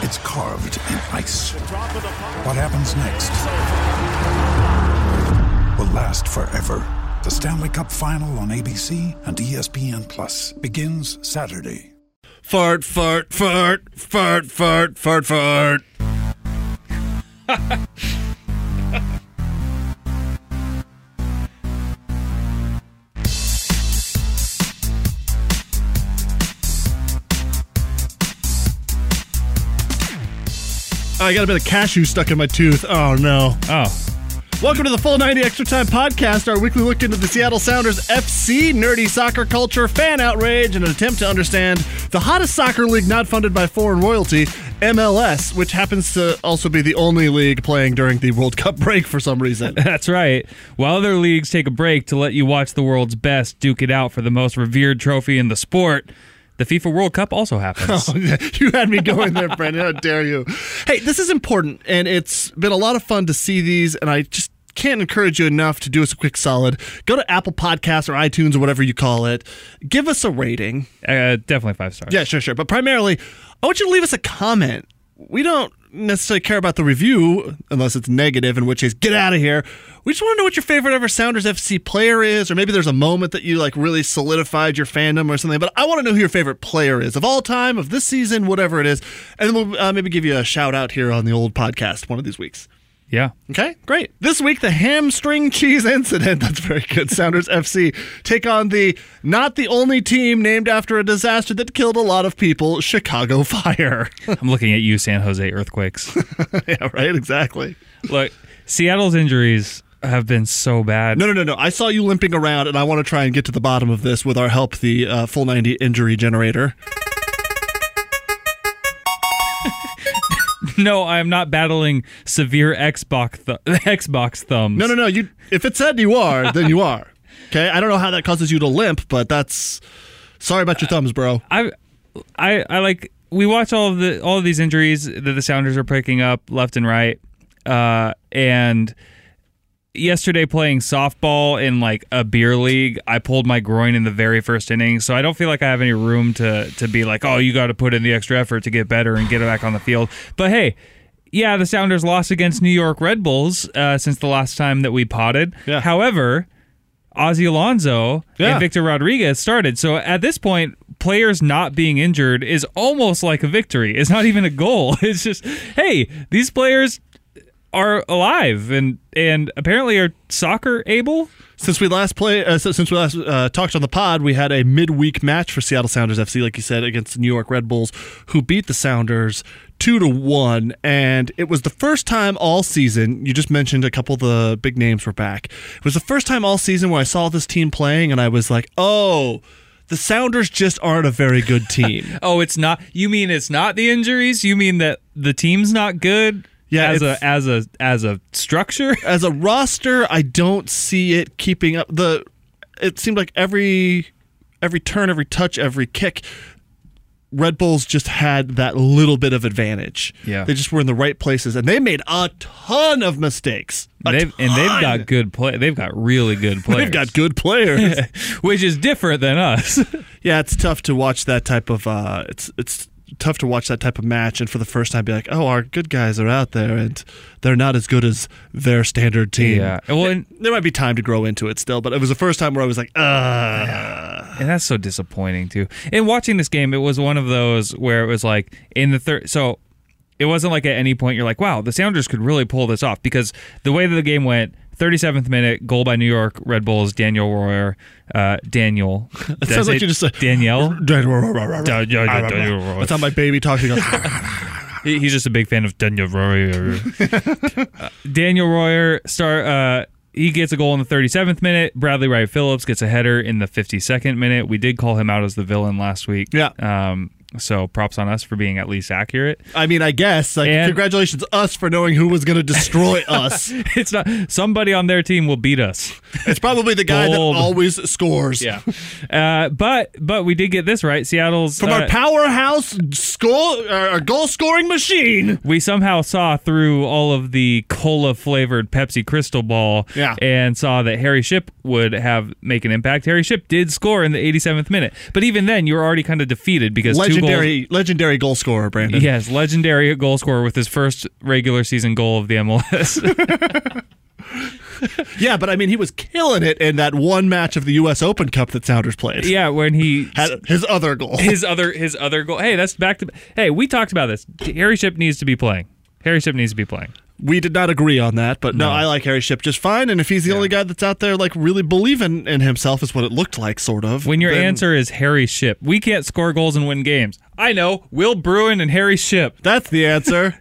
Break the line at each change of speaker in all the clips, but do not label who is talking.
it's carved in ice. What happens next will last forever. The Stanley Cup Final on ABC and E ESPN Plus begins Saturday.
Fart, fart, fart, fart, fart, fart, fart.
I got a bit of cashew stuck in my tooth. Oh no.
Oh,
Welcome to the Full 90 Extra Time Podcast, our weekly look into the Seattle Sounders FC, nerdy soccer culture, fan outrage, and an attempt to understand the hottest soccer league not funded by foreign royalty, MLS, which happens to also be the only league playing during the World Cup break for some reason.
that's right. While other leagues take a break to let you watch the world's best duke it out for the most revered trophy in the sport, the FIFA World Cup also happens.
Oh, yeah. you had me going there, Brandon. How dare you? Hey, this is important, and it's been a lot of fun to see these, and I just can't encourage you enough to do us a quick solid. Go to Apple Podcasts or iTunes or whatever you call it. Give us a rating.
Uh, definitely five stars.
Yeah, sure, sure. But primarily, I want you to leave us a comment. We don't necessarily care about the review unless it's negative, in which case, get out of here. We just want to know what your favorite ever Sounders FC player is, or maybe there's a moment that you like really solidified your fandom or something. But I want to know who your favorite player is of all time, of this season, whatever it is, and then we'll uh, maybe give you a shout out here on the old podcast one of these weeks.
Yeah.
Okay, great. This week, the hamstring cheese incident. That's very good. Sounders FC take on the not the only team named after a disaster that killed a lot of people, Chicago Fire.
I'm looking at you, San Jose Earthquakes.
yeah, right? Exactly.
Look, Seattle's injuries have been so bad.
No, no, no, no. I saw you limping around, and I want to try and get to the bottom of this with our help, the uh, Full 90 Injury Generator.
No, I am not battling severe Xbox th- Xbox thumbs.
No, no, no. You, If it said you are, then you are. Okay? I don't know how that causes you to limp, but that's. Sorry about your thumbs, bro.
I, I, I like we watch all of the all of these injuries that the Sounders are picking up left and right, uh, and yesterday playing softball in like a beer league, I pulled my groin in the very first inning, so I don't feel like I have any room to to be like, oh, you got to put in the extra effort to get better and get back on the field. But hey. Yeah, the Sounders lost against New York Red Bulls uh, since the last time that we potted.
Yeah.
However, Ozzy Alonso
Yeah.
and Victor Rodriguez started. So at this point, players not being injured is almost like a victory. It's not even a goal. It's just, hey, these players are alive and and apparently are soccer able.
Since we last play, uh, since since we last uh, talked on the pod, we had a midweek match for Seattle Sounders FC, like you said, against the New York Red Bulls, who beat the Sounders two to one, and it was the first time all season. You just mentioned a couple of the big names were back. It was the first time all season where I saw this team playing, and I was like, oh. The Sounders just aren't a very good team.
Oh, it's not. You mean it's not the injuries? You mean that the team's not good?
Yeah,
as a
it's-
as a as a structure.
As a roster, I don't see it keeping up. The it seemed like every every turn, every touch, every kick, Red Bulls just had that little bit of advantage.
Yeah.
They just were in the right places and they made a ton of mistakes. A
They've, and they've
ton.
got good play. They've got really good players.
They've got good players.
which is different than us.
yeah, it's tough to watch that type of uh it's it's tough to watch that type of match and for the first time be like, "Oh, our good guys are out there and they're not as good as their standard team."
yeah. Well, and,
There might be time to grow into it still, but it was the first time where I was like, "Uh,
And that's so disappointing too. And watching this game, it was one of those where it was like in the third. So it wasn't like at any point you're like, wow, the Sounders could really pull this off because the way that the game went, 37th minute goal by New York Red Bulls Daniel Royer. Uh, Daniel.
It sounds like you just said
Daniel.
That's how my baby talks. He goes,
He- He's just a big fan of Daniel Royer. Uh, Daniel Royer star. Uh, he gets a goal in the 37th minute. Bradley Wright Phillips gets a header in the 52nd minute. We did call him out as the villain last week.
Yeah.
Um. So props on us for being at least accurate.
I mean, I guess. Like,
And-
congratulations us for knowing who was going to destroy us.
It's not somebody on their team will beat us.
It's probably the guy
Bold.
that always scores.
Uh. But but we did get this right. Seattle's
From
uh,
our powerhouse score, our goal scoring machine.
we somehow saw through all of the cola flavored Pepsi Crystal Ball
Yeah.
and saw that Harry Ship would have make an impact. Harry Ship did score in the 87th minute, but even then you were already kind of defeated because two goals.
Legendary, legendary goal scorer, Brandon.
Yes, legendary goal scorer with his first regular season goal of the MLS.
Yeah, but I mean, he was killing it in that one match of the U.S. Open Cup that Sounders played.
yeah, when he
Had his other goal.
his other his other goal. Hey, that's back to Hey, we talked about this. Harry Ship needs to be playing. Harry Ship needs to be playing.
We did not agree on that, but no, I like Harry Ship just fine. And if he's the only guy that's out there, like, really believing in himself, is what it looked like, sort of.
When your
then
answer is Harry Ship, we can't score goals and win games. I know. Will Bruin and Harry Ship.
That's the answer.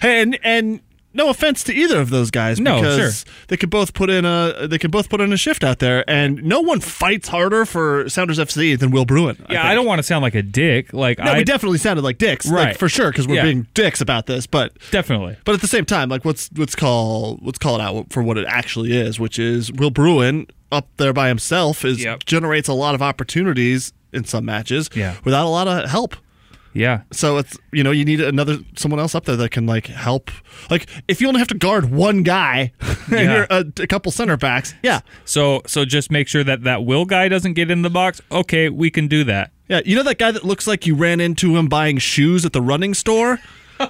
hey, and, and no offense to either of those guys
No,
because they could both put in a they could both put in a shift out there and no one fights harder for Sounders FC than Will Bruin.
Yeah,
think.
I, don't want to sound like a dick. Like
No,
I
we definitely sounded like dicks, like,
Right.
for sure, because we're
Yeah.
being dicks about this. But
definitely.
but at the same time, like let's let's call let's call it out for what it actually is, which is Will Bruin up there by himself is
Yep.
generates a lot of opportunities in some matches
Yeah.
without a lot of help.
Yeah.
So it's you know you need another someone else up there that can like help. Like if you only have to guard one guy and
Yeah.
you're a, a couple center backs, yeah,
So so just make sure that that Will guy doesn't get in the box. Okay, we can do that.
yeah. You know that guy that looks like you ran into him buying shoes at the running store.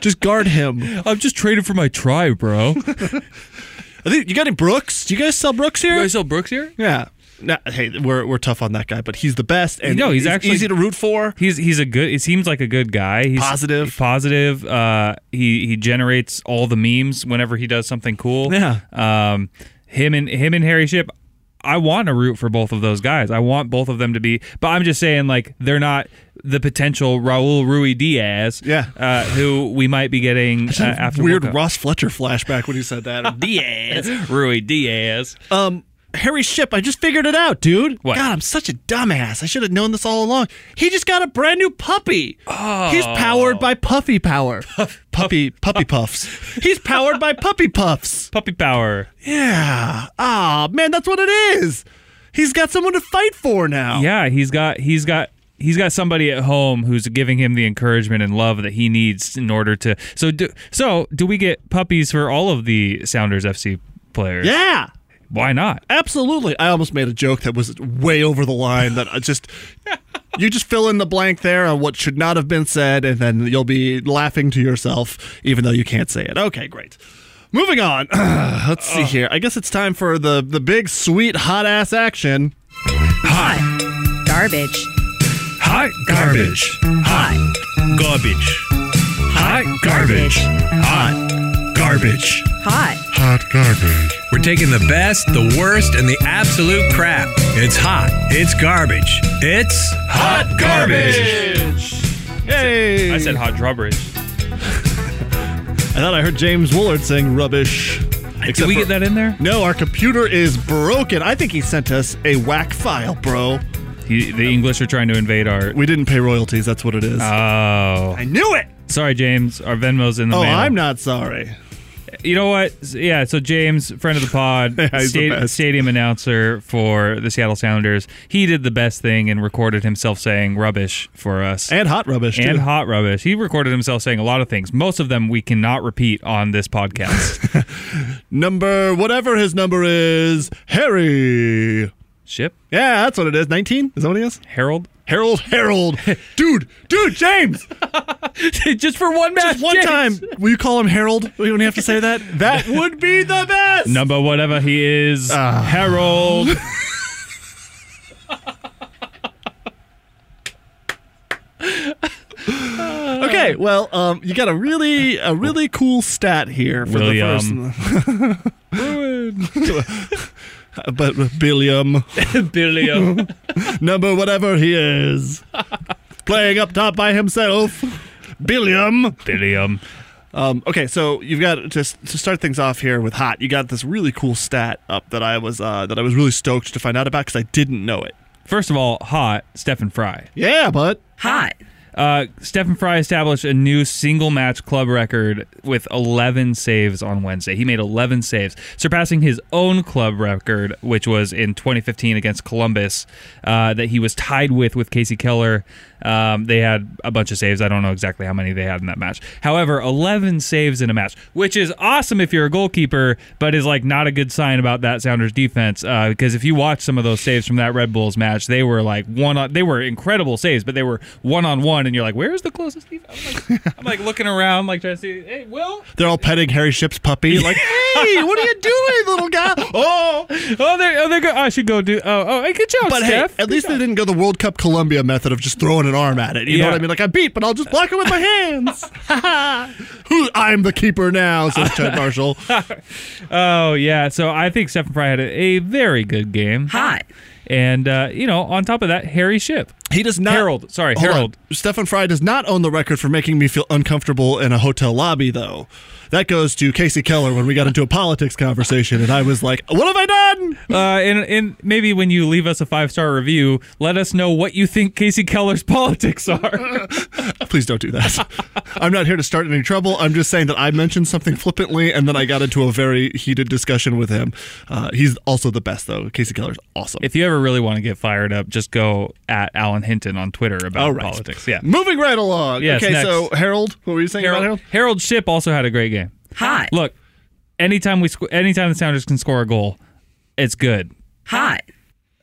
Just guard him.
I'm just trading for my tribe, bro. you
I think you got any Brooks? Do you guys sell Brooks here?
sell Brooks here?
yeah. No, hey, we're we're tough on that guy, but he's the best, and
No, he's actually-
easy to root for.
He's he's a good. He seems like a good guy. He's
Positive.
he's positive. Uh, he he generates all the memes whenever he does something cool.
Yeah.
Um, him and him and Harry Ship. I want to root for both of those guys. I want both of them to be. But I'm just saying, like they're not the potential Raul Rui Diaz.
Yeah.
Uh, who we might be getting uh, after
Weird
World Cup.
Ross Fletcher flashback when he said that.
Diaz Rui Diaz.
um, Harry Ship, I just figured it out, dude.
What?
God, I'm such a dumbass. I should have known this all along. He just got a brand new puppy. Oh. He's powered by Puffy Power. puppy Puppy Puffs. He's powered by Puppy Puffs.
Puppy power.
Yeah. Ah, man, that's what it is. He's got someone to fight for now.
Yeah, he's got he's got he's got somebody at home who's giving him the encouragement and love that he needs in order to. So do so do we get puppies for all of the Sounders FC players?
Yeah.
Why not?
Absolutely. I almost made a joke that was way over the line that I just you just fill in the blank there on what should not have been said and then you'll be laughing to yourself even though you can't say it. Okay, great. Moving on. Let's see here. I guess it's time for the the big sweet hot ass action.
Hot garbage.
Hot garbage. Hot garbage. Hot garbage. Hot garbage.
Hot
Hot garbage. We're taking the best, the worst, and the absolute crap. It's hot. It's garbage. It's hot garbage.
Hey.
I said hot drawbridge.
I thought I heard James Woolard saying rubbish.
Did
for-
we get that in there?
No, our computer is broken. I think he sent us a whack file, bro.
He, the English are trying to invade our.
We didn't pay royalties, that's what it is.
Oh,
I knew it.
sorry, James. Our Venmo's in the
Oh,
mail.
I'm not sorry.
You know what? S- Yeah, so James, friend of the pod,
he's the
sta-
best.
stadium announcer for the Seattle Sounders, he did the best thing and recorded himself saying rubbish for us.
And hot rubbish.
and
too.
hot rubbish. He recorded himself saying a lot of things. Most of them we cannot repeat on this podcast.
number whatever his number is, Harry.
Ship,
Yeah, that's what it is. Nineteen? Is that what he is?
Harold,
Harold, Harold, dude, dude, James.
just for one match,
Just one time, will you call him Harold? We don't have to say that. That would be the best.
Number whatever he is,
Ah.
Harold.
Okay, well, um, you got a really, a really cool stat here for
William.
the first. good. but Billiam,
Billy.
number whatever he is, playing up top by himself. Billiam.
Billiam.
Um, okay, so you've got to, to start things off here with hot. You got this really cool stat up that I was uh, that I was really stoked to find out about because I didn't know it.
First of all, hot Stephen Fry.
Yeah, but
Hot.
Uh, Stephen Fry established a new single match club record with 11 saves on Wednesday. He made 11 saves, surpassing his own club record, which was in 2015 against Columbus, uh, that he was tied with with Casey Keller. Um, they had a bunch of saves. I don't know exactly how many they had in that match. However, 11 saves in a match, which is awesome if you're a goalkeeper, but is like not a good sign about that Sounders defense. Uh, because if you watch some of those saves from that Red Bulls match, they were like one. On, they were incredible saves, but they were one on one, and you're like, where's the closest defense? I'm like, I'm like looking around, like trying to see. Hey, Will.
they're all petting Harry Ship's puppy. Like, hey, what are you doing, little guy? Oh,
Oh, there. Oh, there. Go. I should go do. Oh, oh. Hey, good job,
but hey, uh,
Steph.
at least they didn't go the World Cup Colombia method of just throwing an arm at it. You know
Yeah.
what I mean? Like I beat, but I'll just block it with my hands. Who? I'm the keeper now, says Chad Marshall.
Oh yeah, so I think Stephen Fry had a, a very good game.
Hot.
And uh, you know, on top of that, Harry Ship.
He does not.
Harold, sorry,
Hold on.
Harold.
Stefan Fry does not own the record for making me feel uncomfortable in a hotel lobby, though. That goes to Casey Keller when we got into a politics conversation, and I was like, "What have I done?"
Uh, and and maybe when you leave us a five star review, let us know what you think Casey Keller's politics are.
Please don't do that. I'm not here to start any trouble. I'm just saying that I mentioned something flippantly, and then I got into a very heated discussion with him. Uh, he's also the best, though. Casey Keller's awesome.
if you ever really want to get fired up, just go at Alan Hinton on Twitter about
All right.
politics. Yeah.
Moving right along.
Yes,
okay,
next.
so Harold, what were you saying about
Harold,
Harold?
Harold Ship also had a great game.
Hot.
Look, anytime we sc- anytime the Sounders can score a goal, it's good.
Hot.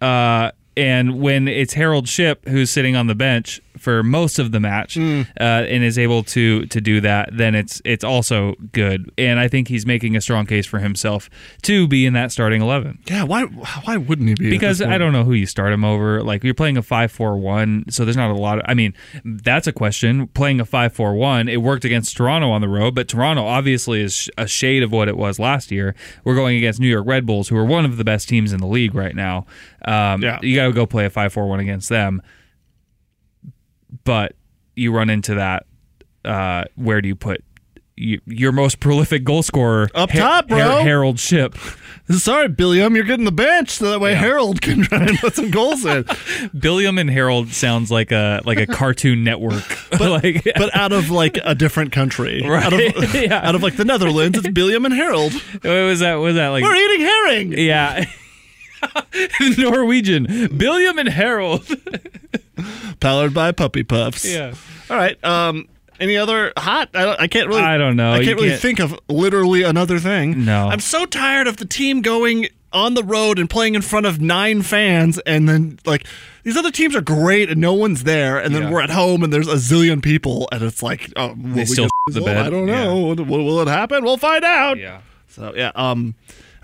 Uh, and when it's Harold Ship who's sitting on the bench for most of the match uh, and is able to to do that, then it's it's also good. And I think he's making a strong case for himself to be in that starting eleven
Yeah, why? Why wouldn't he be? at
because
this
I
point?
don't know who you start him over. Like you're playing a five four one, so there's not a lot. Of, I mean, that's a question. Playing a five four one, it worked against Toronto on the road, but Toronto obviously is sh- a shade of what it was last year. We're going against New York Red Bulls, who are one of the best teams in the league right now. Um,
Yeah.
you got to go play a five four one against them, but you run into that. Uh, where do you put? y- Your most prolific goal scorer
Up top, bro.
Harold Ship.
Sorry, Billiam, you're getting the bench so that way Harold can try and put some goals in.
Billiam and Harold sounds like a like a Cartoon Network. like
but out of like a different country, out of
Yeah.
out of like the Netherlands, it's Billiam and Harold.
what was that? What was that like?
We're eating herring.
yeah. Norwegian. Billiam and Harold.
powered by Puppy Puffs.
Yeah.
All right. Um. Any other hot? I, don't, I can't really.
I don't know.
I
You
can't really
can't-
think of literally another thing.
No.
I'm so tired of the team going on the road and playing in front of nine fans, and then like these other teams are great and no one's there, and then
Yeah.
we're at home and there's a zillion people, and it's like, oh, will we
still
get
the
this
bed.
I don't know. Will, will it happen? We'll find out.
Yeah.
So yeah. Um.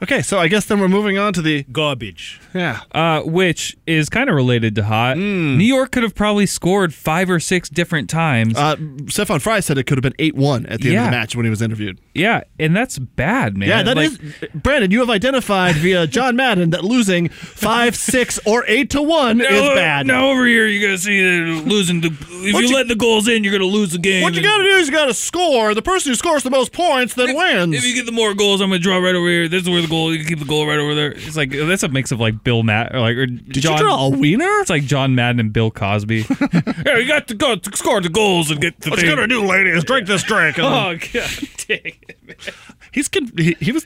Okay. So I guess then we're moving on to the
Garbage.
yeah.
Uh, which is kind of related to hot.
Hmm.
New York could have probably scored five or six different times.
Uh, Stefan Fry said it could have been eight one at the end of
Yeah.
the match when he was interviewed.
yeah, and that's bad, man.
Yeah, that
Like,
is Brandon, you have identified via John Madden that losing 5, 6, or 8 to 1 is
Now-
bad.
Now over here, you're gonna see that losing the. If
What
you,
you-
let the goals in, you're gonna lose the game.
What you
And
got to do is you got to score. The person who scores the most points then wins.
If you get the more goals, I'm gonna draw right over here. This is where the goal. You can keep the goal right over there. It's like that's a mix of like Bill Matt or like or
Did
John.
you draw a wiener?
It's like John Madden and Bill Cosby. yeah, you got to go to score the goals and get the
What's
thing.
gonna do, lady, is drink this drink.
Oh god, dang.
he's con- he, he was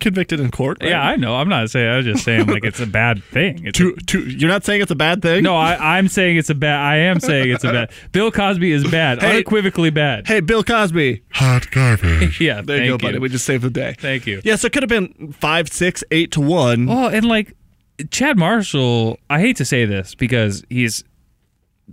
convicted in court. right?
Yeah, I know. I'm not saying. I was just saying like it's a bad thing. It's
Two- two- you're not saying it's a bad thing.
no, I, I'm saying it's a bad. I am saying it's a bad. Bill Cosby is bad,
Hey.
unequivocally bad.
Hey, Bill Cosby. Hot garbage.
Yeah,
there you go,
thank
buddy.
you.
We just saved the day.
Thank you.
Yeah, so it could have been five, six, eight to one.
Oh, and like Chad Marshall, I hate to say this because he's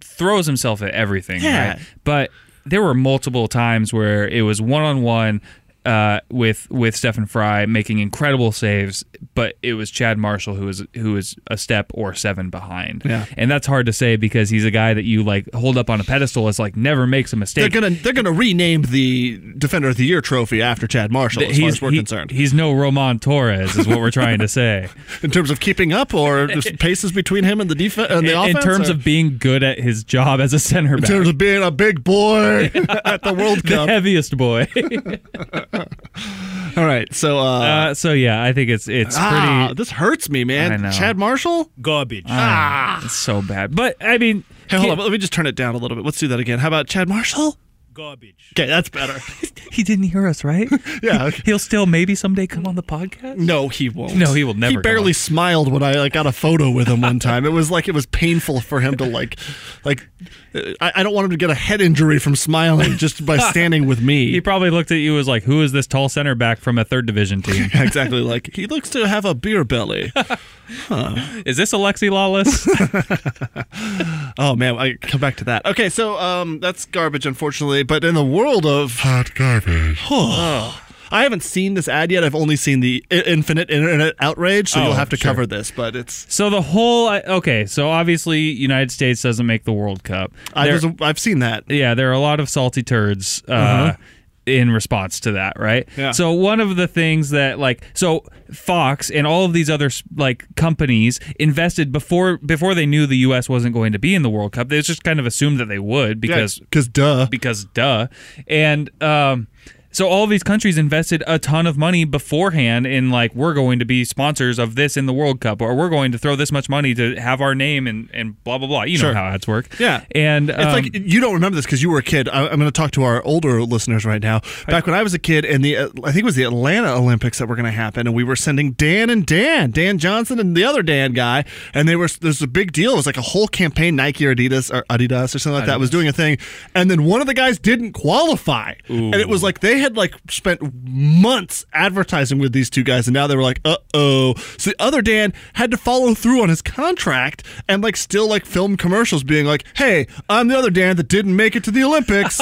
throws himself at everything,
Yeah.
right? But there were multiple times where it was one on one. uh, with with Stephen Fry making incredible saves, but it was Chad Marshall who was who was a step or seven behind.
Yeah.
and that's hard to say because he's a guy that you like hold up on a pedestal as like never makes a
They're
mistake.
gonna they're gonna rename the Defender of the Year trophy after Chad Marshall, as far as we're
he-
concerned.
he's no Roman Torres, is what we're trying to say.
in terms of keeping up or just paces between him and the defense and the
in, in
offense.
terms
or-
of being good at his job as a center
in
back,
terms of being a big boy at the World
the
Cup.
heaviest boy.
All right, so uh,
uh, so yeah, I think it's it's
ah,
pretty
this hurts me, man.
I know. Ah.
Chad Marshall. Ah.
Garbage.
it's so bad. But I mean,
Hey, hold on. Let me just turn it down a little bit. Let's do that again. How about Chad Marshall?
Garbage.
Okay, that's better.
he didn't hear us, right?
Yeah.
He- he'll still maybe someday come on the podcast.
No, he won't.
No, he will never
He
come
barely
on.
smiled when I like got a photo with him one time. It was like it was painful for him to like, like. uh, I, I don't want him to get a head injury from smiling just by standing with me.
He probably looked at you as like, "Who is this tall center back from a third division team?
exactly. Like he looks to have a beer belly.
Is this Alexi Lawless?"
Oh man, I come back to that. Okay, so um, that's garbage, unfortunately. But in the world of hot garbage, I haven't seen this ad yet. I've only seen the I- infinite internet outrage, so
Oh,
you'll have to
sure.
cover this. But it's
so the whole I- okay. So obviously, United States doesn't make the World Cup.
I
There-
was, I've seen that.
yeah, there are a lot of salty turds uh, in response to that, right?
Uh-huh. Yeah.
So one of the things that like so Fox and all of these other like companies invested before before they knew the U.S. wasn't going to be in the World Cup. They just kind of assumed that they would because
because duh,
because duh. And um, so all these countries invested a ton of money beforehand in like we're going to be sponsors of this in the World Cup or we're going to throw this much money to have our name and and blah blah blah. You
Sure.
know how ads work.
Yeah.
and um,
It's like you don't remember this because you were a kid. I, I'm going to talk to our older listeners right now. Back when I was a kid, and the uh, I think it was the Atlanta Olympics that were going to happen, and we were sending Dan and Dan, Dan Johnson and the other Dan guy, and they were there's a big deal. It was like a whole campaign, Nike or Adidas or Adidas or something like that was doing a thing, and then one of the guys didn't qualify, and it was like they had like spent months advertising with these two guys, and now they were like, uh oh. So the other Dan had to follow through on his contract and like still like film commercials, being like, "Hey, I'm the other Dan that didn't make it to the Olympics."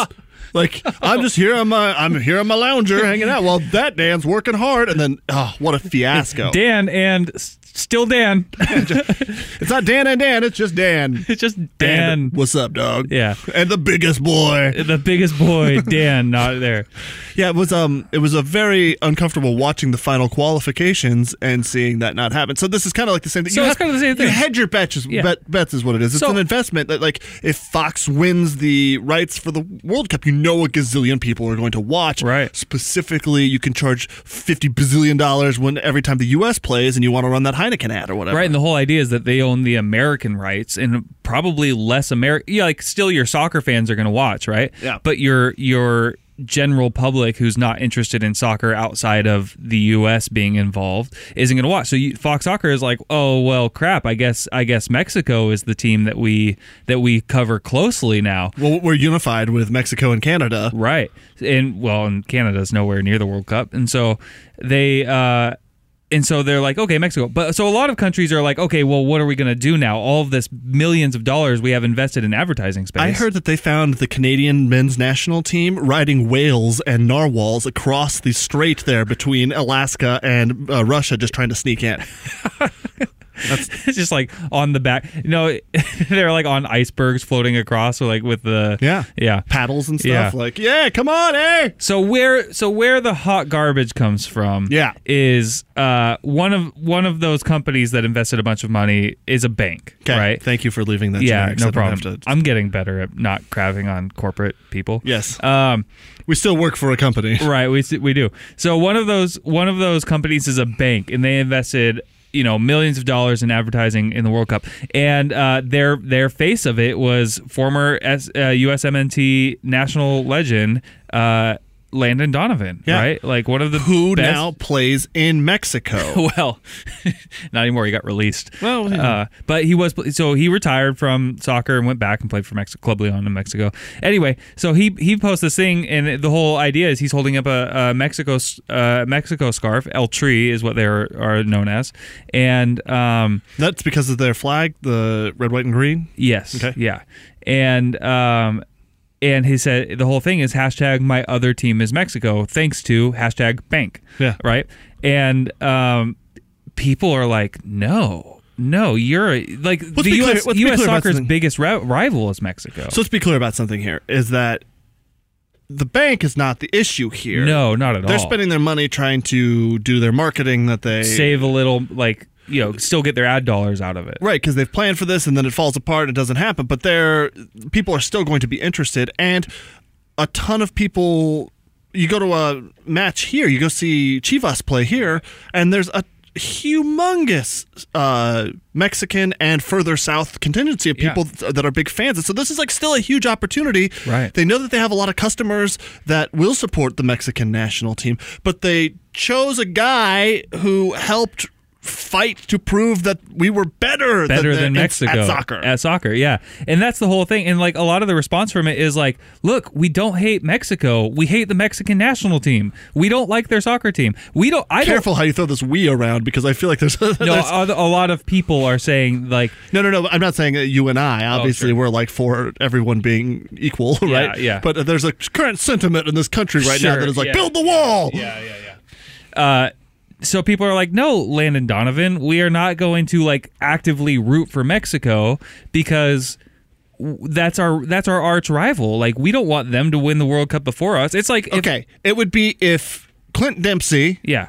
Like I'm just here on my I'm here on my lounger hanging out while that Dan's working hard and then oh what a fiasco!
Dan and s- still Dan.
It's not Dan and Dan, it's just Dan.
it's just Dan.
what's up, dog?
Yeah.
and the biggest boy.
the biggest boy, Dan, not there.
Yeah, it was um it was a very uncomfortable watching the final qualifications and seeing that not happen. So this is kind of like the same thing.
So
you
it's kinda the same
You
thing.
hedge your bets,
Yeah.
bet, bets is what it is. It's
So-
an investment that like if Fox wins the rights for the World Cup, you know a gazillion people are going to watch.
Right.
Specifically, you can charge fifty bazillion dollars when every time the U.S. plays, and you want to run that Heineken ad or whatever.
Right, and the whole idea is that they own the American rights and probably less American. Yeah, like still your soccer fans are going to watch, right?
Yeah.
But your your general public who's not interested in soccer outside of the U.S. being involved isn't going to watch. So you, Fox Soccer is like, oh well, crap. I guess I guess Mexico is the team that we that we cover closely now.
Well, we're unified with Mexico and Canada.
Right. And well, and Canada's nowhere near the World Cup. And so they uh and so they're like, okay, Mexico. But so a lot of countries are like, okay, well, what are we going to do now? All of this millions of dollars we have invested in advertising space.
I heard that they found the Canadian men's national team riding whales and narwhals across the strait there between Alaska and uh, Russia, just trying to sneak in.
it's just like on the back. No, they're like on icebergs floating across, or like with the
Yeah.
yeah.
Paddles and
Yeah.
stuff. Like, yeah, come on, eh?
So where so where the hot garbage comes from
Yeah.
is uh one of one of those companies that invested a bunch of money is a bank,
Okay,
right?
Thank you for leaving that.
yeah,
generic so
no
I don't have
problem.
to-
I'm getting better at not crabbing on corporate people.
yes,
Um,
we still work for a company.
right, we we do. So one of those one of those companies is a bank, and they invested you know millions of dollars in advertising in the World Cup, and uh, their their face of it was former S, uh, USMNT national legend uh, Landon Donovan,
Yeah.
right? Like one of the
Who
best-
now plays in Mexico?
well, not anymore. He got released.
Well, yeah.
uh, but he was so he retired from soccer and went back and played for Mexico, Club Leon in Mexico. Anyway, so he he posts this thing, and the whole idea is he's holding up a, a Mexico s- uh, Mexico scarf. El Tree is what they are, are known as, and um,
That's because of their flag, the red, white, and green.
yes,
Okay.
yeah, and um, and he said the whole thing is hashtag my other team is Mexico, thanks to hashtag bank.
Yeah.
Right. And um, people are like, no, no, you're a- like the
be clear-
U.S.
let's be
U.S.
clear about
soccer's
something.
biggest ri- rival is Mexico.
So let's be clear about something here: is that the bank is not the issue here.
no, not at all.
they're spending their money trying to do their marketing that they
save a little, like you know, still get their ad dollars out of it.
Right, because they've planned for this, and then it falls apart. It doesn't happen, but they're people are still going to be interested, and a ton of people. You go to a match here, you go see Chivas play here, and there's a humongous uh, Mexican and further south contingency of
Yeah.
people th- that are big fans. And so this is like still a huge opportunity.
Right.
They know that they have a lot of customers that will support the Mexican national team, but they chose a guy who helped fight to prove that we were better,
better
the-
than
at-
Mexico
at soccer.
At soccer, yeah. And that's the whole thing. And like a lot of the response from it is like, look, we don't hate Mexico. We hate the Mexican national team. We don't like their soccer team. We don't. I
Careful how you throw this "we" around because I feel like there's,
don't. No,
there's-
a, a lot of people are saying like,
no, no, no. I'm not saying that you and I. Obviously,
Oh, sure.
we're like for everyone being equal,
Yeah,
right?
yeah.
But there's a current sentiment in this country right now
Sure,
that is like,
yeah.
build the wall.
so people are like, no, Landon Donovan, we are not going to like actively root for Mexico because w- that's our that's our arch rival. Like we don't want them to win the World Cup before us. It's like if-
Okay, it would be if Clint Dempsey
yeah.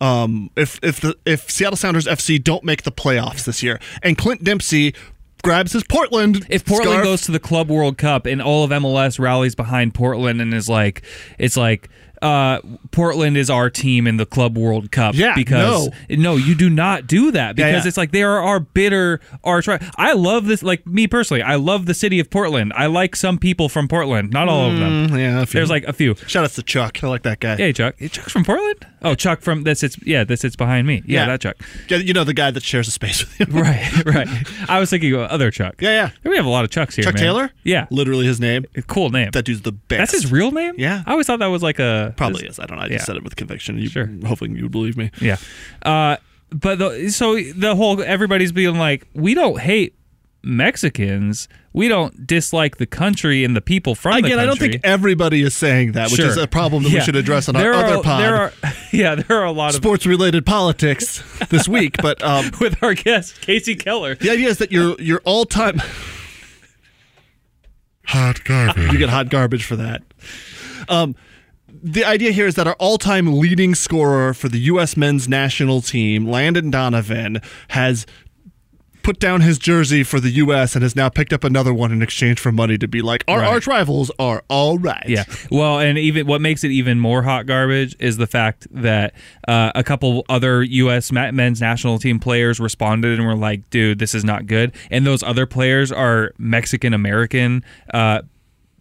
um, if if the if Seattle Sounders FC don't make the playoffs this year, and Clint Dempsey grabs his Portland,
If Portland
scarf-
goes to the Club World Cup and all of MLS rallies behind Portland and is like, it's like, uh, Portland is our team in the Club World Cup.
Yeah,
because no, you do not do that
Yeah,
because
yeah.
it's like they are our bitter arch. ri- I love this. Like me personally, I love the city of Portland. I like some people from Portland, not all of them.
mm, yeah, if you-
There's like a few.
shout outs to Chuck, I like that guy.
Hey Chuck, Chuck's from Portland. Oh Chuck from that sits yeah that sits behind me. Yeah, that Chuck.
Yeah, you know the guy that shares a space with you.
Right, right. I was thinking of other Chuck.
Yeah, yeah.
We have a lot of Chucks here.
Chuck
man.
Taylor,
Yeah,
literally his name.
cool name.
That dude's the best.
That's his real name?
Yeah.
I always thought that was like a
Probably is. I don't know. I just
Yeah.
said it with conviction. You,
Sure.
Hoping you would believe me.
Yeah. Uh but the, so the whole everybody's being like, we don't hate Mexicans. We don't dislike the country and the people from the
Again, I don't
country.
think everybody is saying that, which
Sure.
is a problem that we
Yeah.
should address on
There
our
are-
other pod,
There are, yeah, there are a lot of
sports related politics this week. But um,
with our guest Casey Keller.
the idea is that your your all time hot garbage. You get hot garbage for that. Um, the idea here is that our all time leading scorer for the U.S. men's national team, Landon Donovan, has put down his jersey for the U.S. and has now picked up another one in exchange for money to be like, our
Right.
arch rivals are all right.
Yeah. Well, and even what makes it even more hot garbage is the fact that uh, a couple other U.S. ma- men's national team players responded and were like, "Dude, this is not good." And those other players are Mexican American. Uh,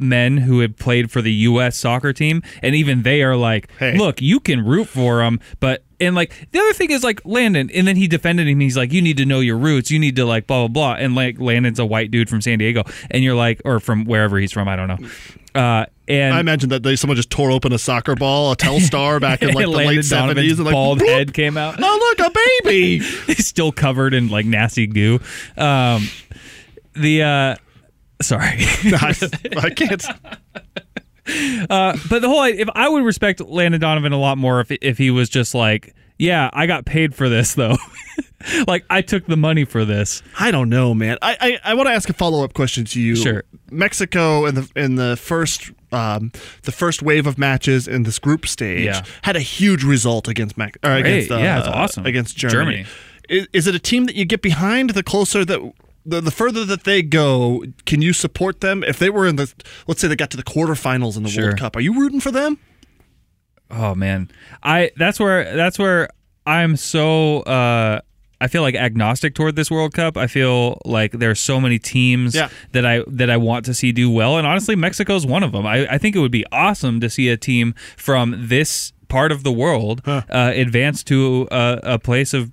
Men who had played for the U.S. soccer team, and even they are like,
Hey.
"Look, you can root for them, but and like the other thing is like Landon, and then he defended him. He's like, "You need to know your roots. You need to like blah blah blah." And like Landon's a white dude from San Diego, and you're like, or from wherever he's from, I don't know. Uh, and
I imagine that they someone just tore open a soccer ball, a Telstar back in like the
Landon
late
Donovan's
seventies, and like
bald
"Bloop!
head came out.
Oh look, a baby!
He's still covered in like nasty goo. Um, the uh, sorry,
I, I can't.
but the whole if I would respect Landon Donovan a lot more if if he was just like, yeah, I got paid for this though. like I took the money for this.
I don't know, man. I I, I want to ask a follow up question to you.
Sure.
Mexico in the in the first um, the first wave of matches in this group stage
Yeah.
had a huge result against Mex- or against uh,
yeah, it's awesome.
against Germany. Is, is it a team that you get behind the closer that the, the further that they go? Can you support them if they were in the let's say they got to the quarterfinals in the
Sure.
World Cup? Are you rooting for them?
Oh man, I that's where that's where I'm so uh I feel like agnostic toward this World Cup. I feel like there's so many teams
Yeah.
that I that I want to see do well, and honestly, Mexico's one of them. I, I think it would be awesome to see a team from this part of the world uh, advance to a, a place of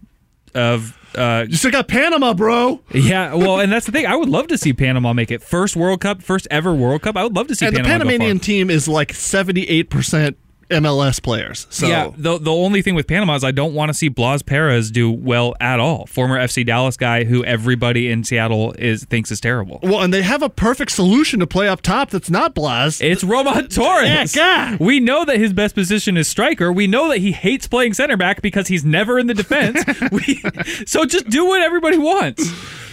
of uh,
You still got Panama, bro.
yeah. Well, and that's the thing. I would love to see Panama make it first World Cup, first ever World Cup. I would love to see
and the
Panama go far.
Panamanian team is like seventy eight percent MLS players. So
yeah, the, the only thing with Panama is I don't want to see Blas Perez do well at all. Former FC Dallas guy who everybody in Seattle is thinks is terrible.
well, and they have a perfect solution to play up top that's not Blas.
It's Roman Torres.
Yeah, God.
We know that his best position is striker. We know that he hates playing center back because he's never in the defense. we, so just do what everybody wants.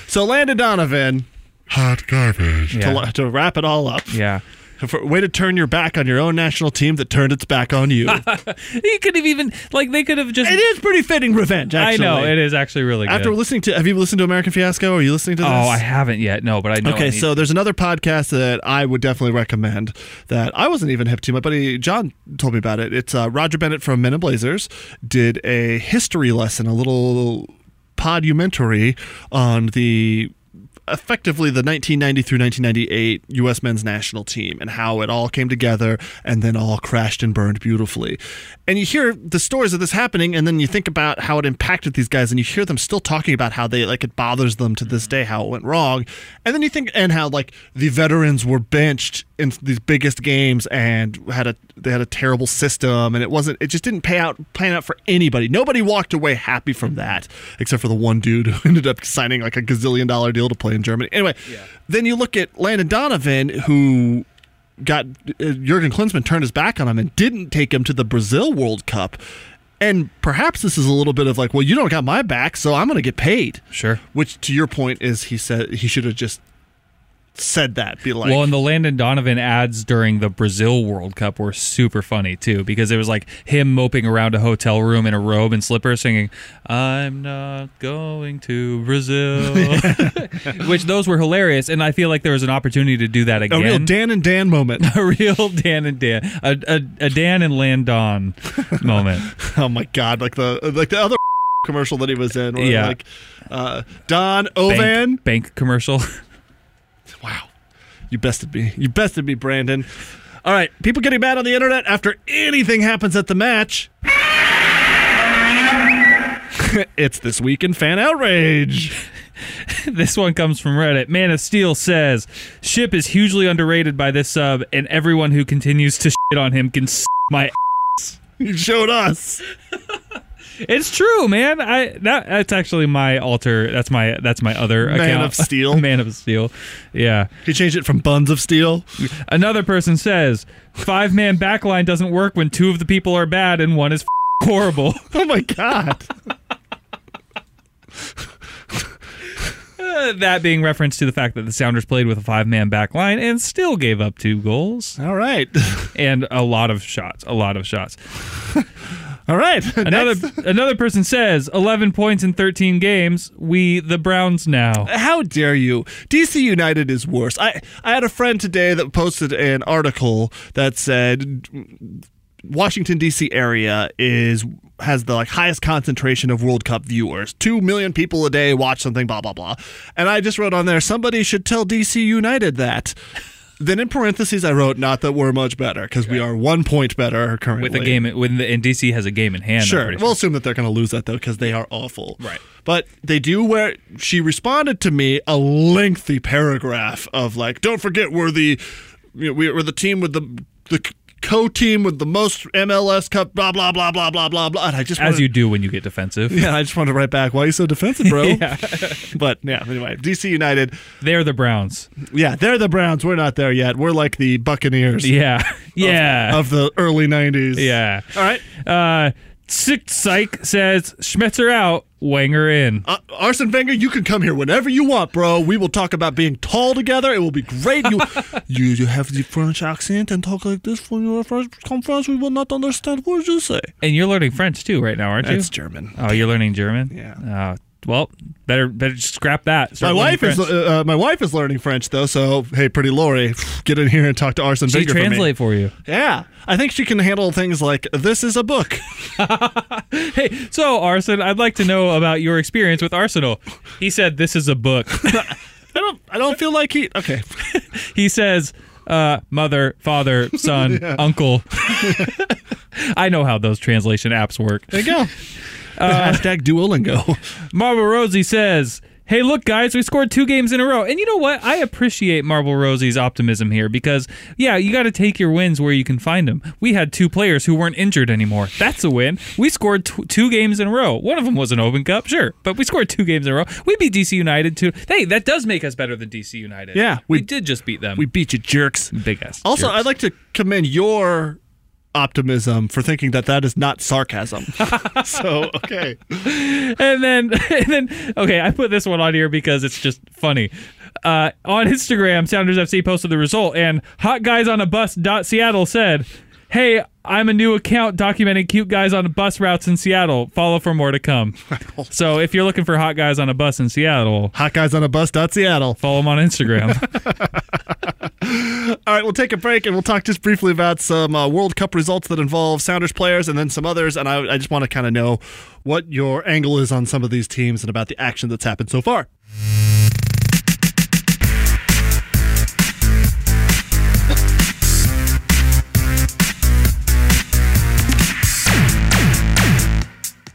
so Landon Donovan, hot garbage.
Yeah.
To, to wrap it all up,
Yeah.
For- way to turn your back on your own national team that turned its back on you. it
He could have even like they could have just
is pretty fitting revenge.
I
Actually.
know it is actually really good.
After listening to, have you listened to American Fiasco? Are you listening to this?
oh, I haven't yet. No, but I know. I
Okay,
need-
so there's another podcast that I would definitely recommend that I wasn't even hip to. My buddy John told me about it. It's uh, Roger Bennett from Men and Blazers did a history lesson, a little podumentary on the effectively the 1990 through 1998 U.S. men's national team and how it all came together and then all crashed and burned beautifully. And you hear the stories of this happening, and then you think about how it impacted these guys, and you hear them still talking about how they like it bothers them to this day how it went wrong, and then you think and how like the veterans were benched in these biggest games and had a they had a terrible system and it wasn't it just didn't pay out plan out for anybody. Nobody walked away happy from that except for the one dude who ended up signing like a gazillion dollar deal to play in Germany. Anyway, then you look at Landon Donovan who got uh, Jurgen Klinsmann turned his back on him and didn't take him to the Brazil World Cup. And perhaps this is a little bit of like, well, you don't got my back, so I'm going to get paid.
Sure.
Which, to your point, is he said he should have just said that. Be like,
well, and the Landon Donovan ads during the Brazil World Cup were super funny too, because it was like him moping around a hotel room in a robe and slippers, singing "I'm not going to Brazil," which those were hilarious, and I feel like there was an opportunity to do that
a
again.
real Dan and Dan moment.
A real Dan and Dan, a, a, a Dan and Landon moment.
oh my god, like the like the other commercial that he was in. Where
Yeah.
Like uh, Don
Bank-
Ovan.
bank commercial.
Wow, you bested me. You bested me, Brandon. All right, people getting mad on the internet after anything happens at the match. it's this week in fan outrage.
This one comes from Reddit. Man of Steel says Ship is hugely underrated by this sub, and everyone who continues to shit on him can s my.
You showed us.
It's true, man. I that that's actually my alter. That's my that's my other
Man
account.
of Steel.
Man of Steel. Yeah.
He changed it from buns of steel.
Another person says five man backline doesn't work when two of the people are bad and one is f- horrible.
Oh my god.
Uh, that being reference to the fact that the Sounders played with a five man backline and still gave up two goals
All right.
and a lot of shots. A lot of shots.
All right.
Another
Next.
another person says 11 points in 13 games. We the Browns now.
How dare you? DC United is worse. I I had a friend today that posted an article that said Washington D.C. area is has the like highest concentration of World Cup viewers. Two million people a day watch something. Blah blah blah. And I just wrote on there somebody should tell D.C. United that. Then in parentheses I wrote not that we're much better because we are one point better currently.
With a game when the, and DC has a game in hand. I'm
Sure.
pretty
We'll assume that they're going to lose that though because they are awful.
Right.
But they do where she responded to me a lengthy paragraph of like, don't forget we're the you know, we- we're the team with the the co-team with the most MLS Cup. Blah blah blah blah blah blah blah. And I just
as
wanted-
you do when you get defensive.
Yeah, I just wanted to write back. Why are you so defensive, bro? But yeah, anyway, DC United.
They're the Browns.
Yeah, they're the Browns. We're not there yet. We're like the Buccaneers
Yeah. Yeah.
of the early '90s.
yeah.
Um, All right.
Uh Sick Psych says Schmetzer out, Wanger in.
Uh, Arsene Wenger, you can come here whenever you want, bro. We will talk about being tall together. It will be great. You, you, you have the French accent and talk like this when you're French. Come France, we will not understand what you say.
And you're learning French too right now, aren't you?
That's German.
oh, you're learning German?
Yeah.
Oh, well, better better just scrap that.
my
Start learning
wife is
French.
uh, uh, my wife is learning French though, so hey, pretty Lori, get in here and talk to Arsene
she
Wenger
translate for you.
for me. Yeah, I think she can handle things like this is a book.
Hey, so Arson, I'd like to know about your experience with Arsenal. He said this is a book.
I don't I don't feel like he okay.
he says uh, mother, father, son, uncle. I know how those translation apps work. Uh,
There you go. Hashtag Duolingo.
Marvel Rosie says hey, look, guys, we scored two games in a row. And you know what? I appreciate Marble Rosie's optimism here because, yeah, you got to take your wins where you can find them. We had two players who weren't injured anymore. That's a win. We scored tw- two games in a row. One of them was an Open Cup, sure, but we scored two games in a row. We beat DC United, too. Hey, that does make us better than DC United.
Yeah,
We,
we-
did just beat them.
We beat you, jerks.
big ass.
Also,
jerks.
I'd like to commend your optimism for thinking that that is not sarcasm. so, okay.
and then and then okay, I put this one on here because it's just funny. Uh, on Instagram, Sounders FC posted the result, and Hot Guys on a Bus dot Seattle said, "Hey, I'm a new account documenting cute guys on bus routes in Seattle. Follow for more to come." so if you're looking for hot guys on a bus in Seattle,
Hot guys on a bus. dot Seattle.
follow them on Instagram.
All right, we'll take a break and we'll talk just briefly about some uh, World Cup results that involve Sounders players and then some others. And I, I just want to kind of know what your angle is on some of these teams and about the action that's happened so far.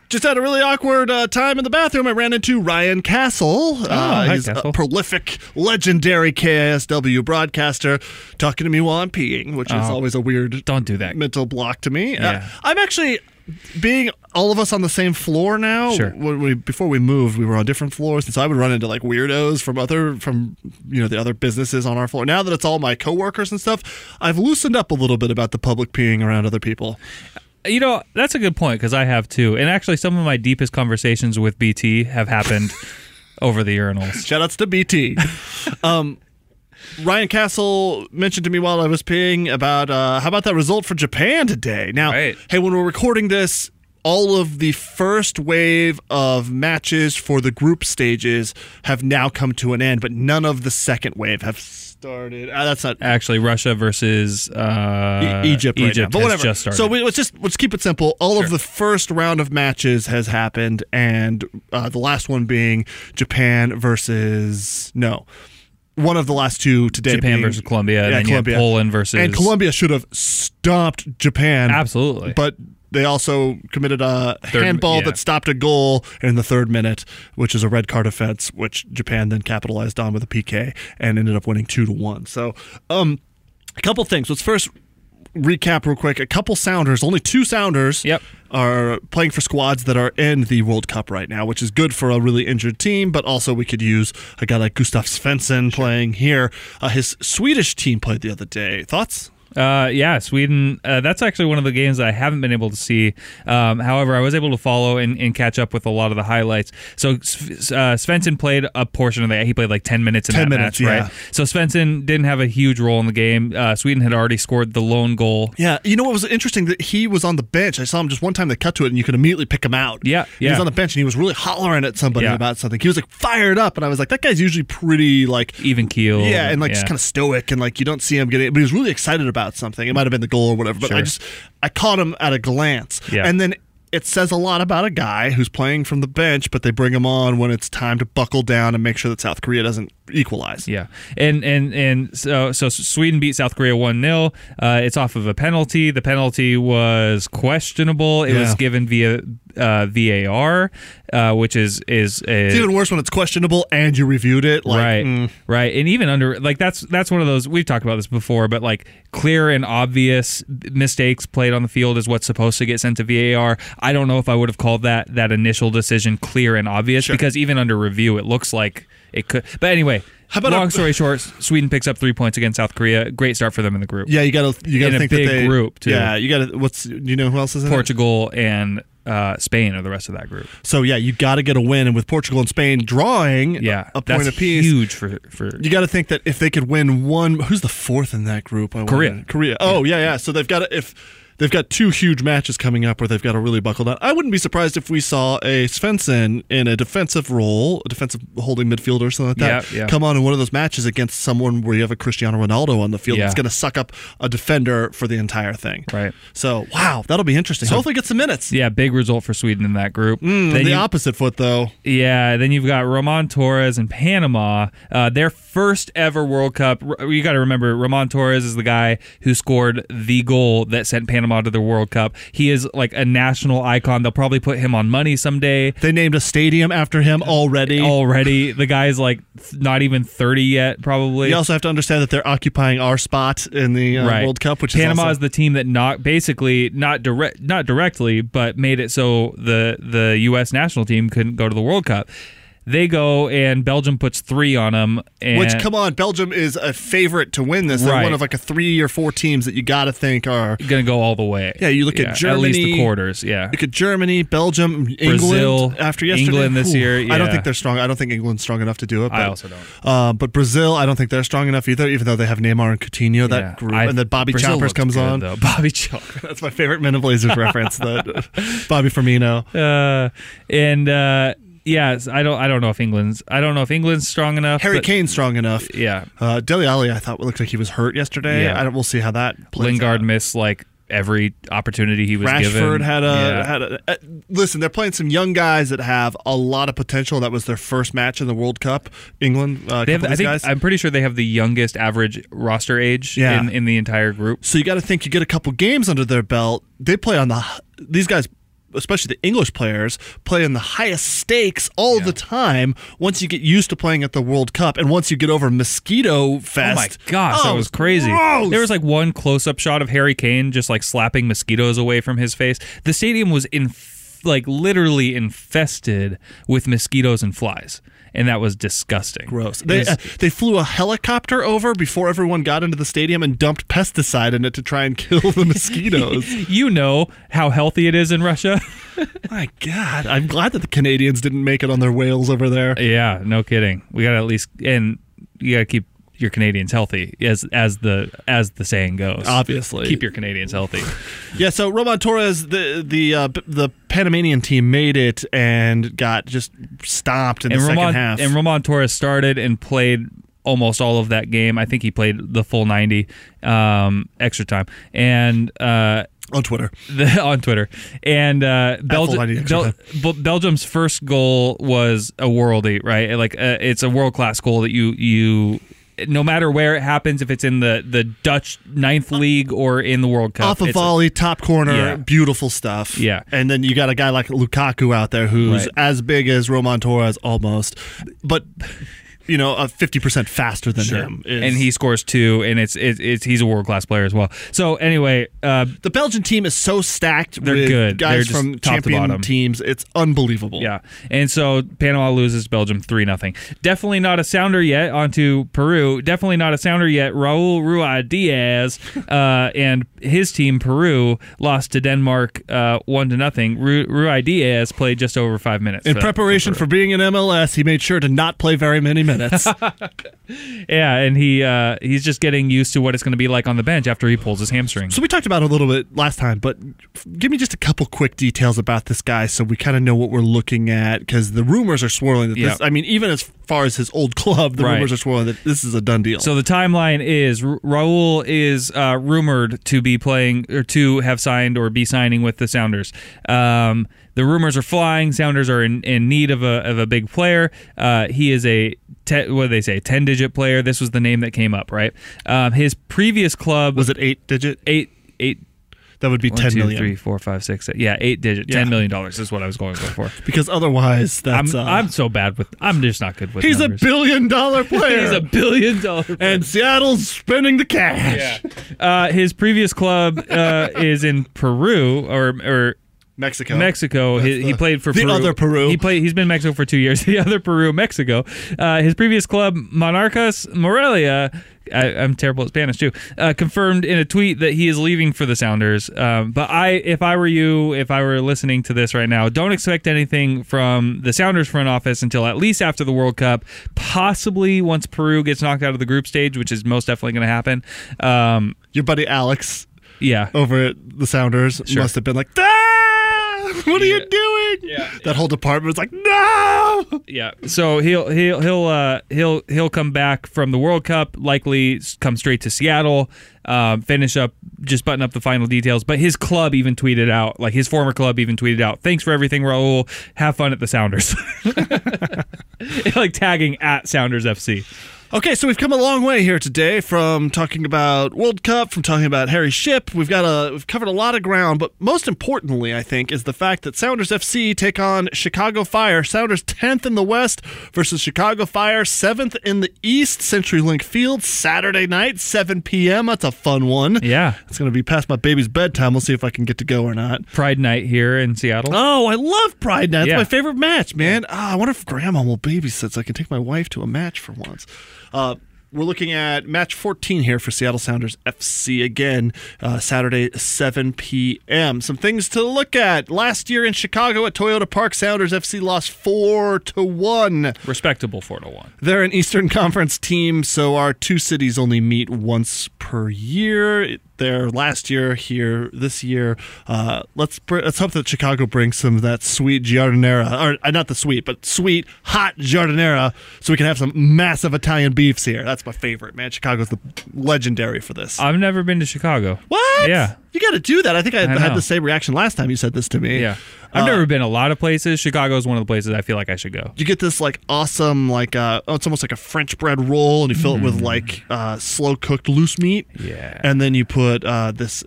Just had a really awkward uh, time in the bathroom. I ran into Ryan Castle. Oh, uh,
hi,
he's
Castle.
a prolific, legendary KISW broadcaster talking to me while I'm peeing, which is
Oh.
always a weird
Don't do that.
mental block to me. Uh,
Yeah.
I'm actually being all of us on the same floor now.
Sure.
When we, before we moved, we were on different floors, and so I would run into like weirdos from other from you know the other businesses on our floor. Now that it's all my coworkers and stuff, I've loosened up a little bit about the public peeing around other people.
you know, that's a good point because I have too. And actually, some of my deepest conversations with BT have happened over the urinals.
Shoutouts to BT. um, Ryan Castle mentioned to me while I was peeing about uh, how about that result for Japan today. Now,
Right.
hey, when we're recording this, all of the first wave of matches for the group stages have now come to an end, but none of the second wave have started. Ah, that's not
actually Russia versus uh,
E- Egypt, right now.
Egypt
But
has
whatever.
just started.
So we, let's just let's keep it simple. All of the first round of matches has happened, and uh, the last one being Japan versus no, one of the last two today.
Japan
being-
versus Colombia, and
yeah,
then you had
Colombia.
Poland versus
and Colombia should have stopped Japan
Absolutely.
but they also committed a
mi-
handball
yeah.
that stopped a goal in the third minute, which is a red card offense, which Japan then capitalized on with a PK and ended up winning two to one. So, um, a couple things. Let's first recap real quick. A couple Sounders, only two Sounders,
Yep.
are playing for squads that are in the World Cup right now, which is good for a really injured team. But also, we could use a guy like Gustav Svensson playing here. Uh, his Swedish team played the other day. Thoughts?
uh, yeah, Sweden. Uh, that's actually one of the games that I haven't been able to see. Um, however, I was able to follow and, and catch up with a lot of the highlights. So S- uh, Svensson played a portion of that. He played like ten minutes in
10
that
minutes,
match,
yeah.
right? So Svensson didn't have a huge role in the game. Uh, Sweden had already scored the lone goal.
Yeah, you know what was interesting that he was on the bench. I saw him just one time. They cut to it, and you could immediately pick him out.
Yeah,
He
yeah.
was on the bench, and he was really hollering at somebody
Yeah.
about something. He was like fired up, and I was like, that guy's usually pretty like.
Even keel.
Yeah, and like just kind of stoic, and like you don't see him getting, but he was really excited about something. It might have been the goal or whatever, but I
Sure.
just I caught him at a glance,
Yeah.
and then it says a lot about a guy who's playing from the bench, but they bring him on when it's time to buckle down and make sure that South Korea doesn't equalize.
Yeah, and and and so so Sweden beat South Korea one 0 uh, It's off of a penalty. The penalty was questionable. It was
Yeah.
given via uh, VAR, uh, which is is
It's
a,
even worse when it's questionable and you reviewed it. Like,
right,
mm,
right, and even under like that's that's one of those we've talked about this before, but like clear and obvious mistakes played on the field is what's supposed to get sent to VAR. I don't know if I would have called that that initial decision clear and obvious because even under review, it looks like it could. But anyway.
How about
Long
a-
story short, Sweden picks up three points against South Korea. Great start for them in the group.
Yeah, you gotta you gotta
In a
think
big
that they
group, too.
Yeah, you gotta what's you know who else is in it?
Portugal and uh, Spain are the rest of that group.
So yeah, you gotta get a win, and with Portugal and Spain drawing,
Yeah,
a, a
that's
point apiece.
huge for for
You got to think that if they could win one, who's the fourth in that group? I
Korea.
wonder? Korea. Oh yeah, yeah. So they've got to, if they've got two huge matches coming up where they've got to really buckle down. I wouldn't be surprised if we saw a Svensson in a defensive role, a defensive holding midfielder or something like that,
Yeah, yeah.
come on in one of those matches against someone where you have a Cristiano Ronaldo on the field.
Yeah.
that's going to suck up a defender for the entire thing.
Right.
So wow, that'll be interesting. Hopefully, get some minutes.
yeah, big result for Sweden in that group.
On
then
the
you,
opposite foot, though,
yeah, then you've got Ramon Torres and Panama. Uh, their first ever World Cup. R- You got to remember, Ramon Torres is the guy who scored the goal that sent Panama him out of the World Cup. He is like a national icon. They'll probably put him on money someday.
They named a stadium after him already.
Uh, Already, the guy's like th- not even thirty yet. Probably
You also have to understand that they're occupying our spot in the uh,
right.
World Cup, which
Panama
is,
is
also,
the team that not basically not direct not directly, but made it so the the U.S. national team couldn't go to the World Cup. They go and Belgium puts three on them. And
which come on, Belgium is a favorite to win this. They're
Right.
one of like a three or four teams that you got to think are.
gonna go all the way.
Yeah, you look at Germany,
at least the quarters. Yeah,
Look at Germany, Belgium, England.
Brazil,
after yesterday,
England this year,
I don't
yeah.
think they're strong. I don't think England's strong enough to do it. But,
I also don't.
Uh, but Brazil, I don't think they're strong enough either. Even though they have Neymar and Coutinho, that
Yeah.
group,
I-
and then Bobby
Brazil
Choppers
looked
comes
good,
on.
though. Bobby Choppers.
That's my favorite Men in Blazers reference. That Bobby Firmino.
Uh, and uh, yeah, it's- I don't. I don't know if England's. I don't know if England's strong enough.
Harry
but-
Kane's strong enough.
Yeah,
Uh, Deli Ali, I thought looked like he was hurt yesterday.
Yeah.
I don't, we'll see how that plays. out.
Lingard missed like every opportunity he was given.
Rashford had a
Yeah.
had a. uh, listen, they're playing some young guys that have a lot of potential. That was their first match in the World Cup. England, uh, a
They have,
couple of
I
these
think
guys.
I'm pretty sure they have the youngest average roster age
Yeah.
in, in the entire group.
So you got to think you get a couple games under their belt. They play on the these guys, especially the English players, play on the highest stakes all the time. Once you get used to playing at the World Cup, and once you get over mosquito
Oh
fest,
my gosh, that
Oh,
was crazy.
gross!
There was like one close-up shot of Harry Kane just like slapping mosquitoes away from his face. The stadium was in like literally infested with mosquitoes and flies, and that was disgusting.
gross.
It
They
was-
uh, they flew a helicopter over before everyone got into the stadium and dumped pesticide in it to try and kill the mosquitoes.
you know how healthy it is in Russia.
my God, I'm glad that the Canadians didn't make it on their whales over there.
yeah, no kidding. We got to at least and you got to keep your Canadians healthy as as the as the saying goes.
Obviously.
Keep your Canadians healthy.
Yeah, so Roman Torres, the the uh, b- the Panamanian team made it and got just stomped in
and
the
Ramon
second half.
and Ramon Torres started and played almost all of that game. I think he played the full 90 um, extra time and uh,
on Twitter,
the, on Twitter. And uh, Belgi-
90 extra
Bel-
time.
Bel- Belgium's first goal was a worldie, right? Like uh, it's a world class goal that you you. No matter where it happens, if it's in the, the Dutch ninth league or in the World Cup,
off a
it's
volley, top corner,
Yeah.
beautiful stuff.
Yeah.
and then you got a guy like Lukaku out there who's
Right.
as big as Roman Torres almost, but you know, a fifty percent faster than him. is-
and he scores two, and it's it's, it's he's a world class player as well. So anyway, uh,
the Belgian team is so stacked.
They're
with
good. They're
guys
just
from
top to
champion
bottom.
teams. It's unbelievable.
Yeah. And so Panama loses to Belgium 3 0. Definitely not a sounder yet. Onto Peru. Definitely not a sounder yet. Raul Rui Diaz uh, and his team, Peru, lost to Denmark 1 to nothing. Ru- Rui Diaz played just over five minutes.
In
for-
preparation for being in MLS, he made sure to not play very many minutes.
yeah, and he uh, he's just getting used to what it's going to be like on the bench after he pulls his hamstring.
So we talked about it a little bit last time, but f- give me just a couple quick details about this guy, so we kind of know what we're looking at. Because the rumors are swirling that this.
Yeah.
I mean, even as far as his old club, the
Right.
rumors are swirling that this is a done deal.
So the timeline is Ra- Raul is uh, rumored to be playing or to have signed or be signing with the Sounders. Um, the rumors are flying. Sounders are in, in need of a of a big player. Uh, he is a te- what do they say ten digit player. This was the name that came up, right? Um, his previous club
was it eight digit?
eight eight.
That would be
one,
ten
two,
million.
three, four, five, six, seven- Yeah, eight digit,
Yeah.
ten million dollars is what I was going to go for.
Because otherwise,
I'm,
that's uh,
I'm so bad with. I'm just not good with.
he's
numbers.
a billion dollar player.
He's a billion dollar.
and Seattle's spending the cash.
Uh, his previous club uh, is in Peru or or
Mexico.
Mexico. He, he
the-
played for
the
Peru.
other Peru.
He played. He's been in Mexico for two years. The other Peru, Mexico. Uh, his previous club, Monarcas Morelia. I, I'm terrible at Spanish too. Uh, confirmed in a tweet that he is leaving for the Sounders. Um, but I, if I were you, if I were listening to this right now, don't expect anything from the Sounders front office until at least after the World Cup. Possibly once Peru gets knocked out of the group stage, which is most definitely going to happen. Um,
Your buddy Alex
yeah.
over at the Sounders
Sure.
must have been like, ah, what are you doing?
Yeah.
That whole department was like, no.
Yeah. So he'll he'll he'll uh, he'll he'll come back from the World Cup, likely s- come straight to Seattle, um, finish up, just button up the final details. But his club even tweeted out, like his former club even tweeted out, "Thanks for everything, Raul. Have fun at the Sounders." like tagging at Sounders FC.
Okay, so we've come a long way here today from talking about World Cup, from talking about Harry Ship. We've got a we've covered a lot of ground, but most importantly, I think, is the fact that Sounders FC take on Chicago Fire. Sounders 10th in the West versus Chicago Fire 7th in the East, CenturyLink Field, Saturday night, 7 p.m. That's a fun one.
Yeah.
It's going to be past my baby's bedtime. We'll see if I can get to go or not.
Pride night here in Seattle.
Oh, I love Pride Night. It's
Yeah.
my favorite match, man. Ah, I wonder if Grandma will babysit so I can take my wife to a match for once. Uh, we're looking at match 14 here for Seattle Sounders FC again, uh, Saturday, 7 p.m. Some things to look at. Last year in Chicago at Toyota Park, Sounders FC lost 4 to 1.
Respectable 4 to 1.
They're an Eastern Conference team, so our two cities only meet once per year. There last year, here this year. Uh, let's br- let's hope that Chicago brings some of that sweet giardinera, or uh, not the sweet, but sweet hot giardinera, so we can have some massive Italian beefs here. That's my favorite, man. Chicago's the legendary for this.
I've never been to Chicago.
what?
Uh, Yeah.
you got to do that. I think I,
I
had
know.
the same reaction last time you said this to me.
Yeah. I've never been a lot of places. Chicago is one of the places I feel like I should go.
you get this like awesome like uh oh, it's almost like a french bread roll and you fill it with like uh slow cooked loose meat
Mm-hmm. Yeah.
and then you put uh this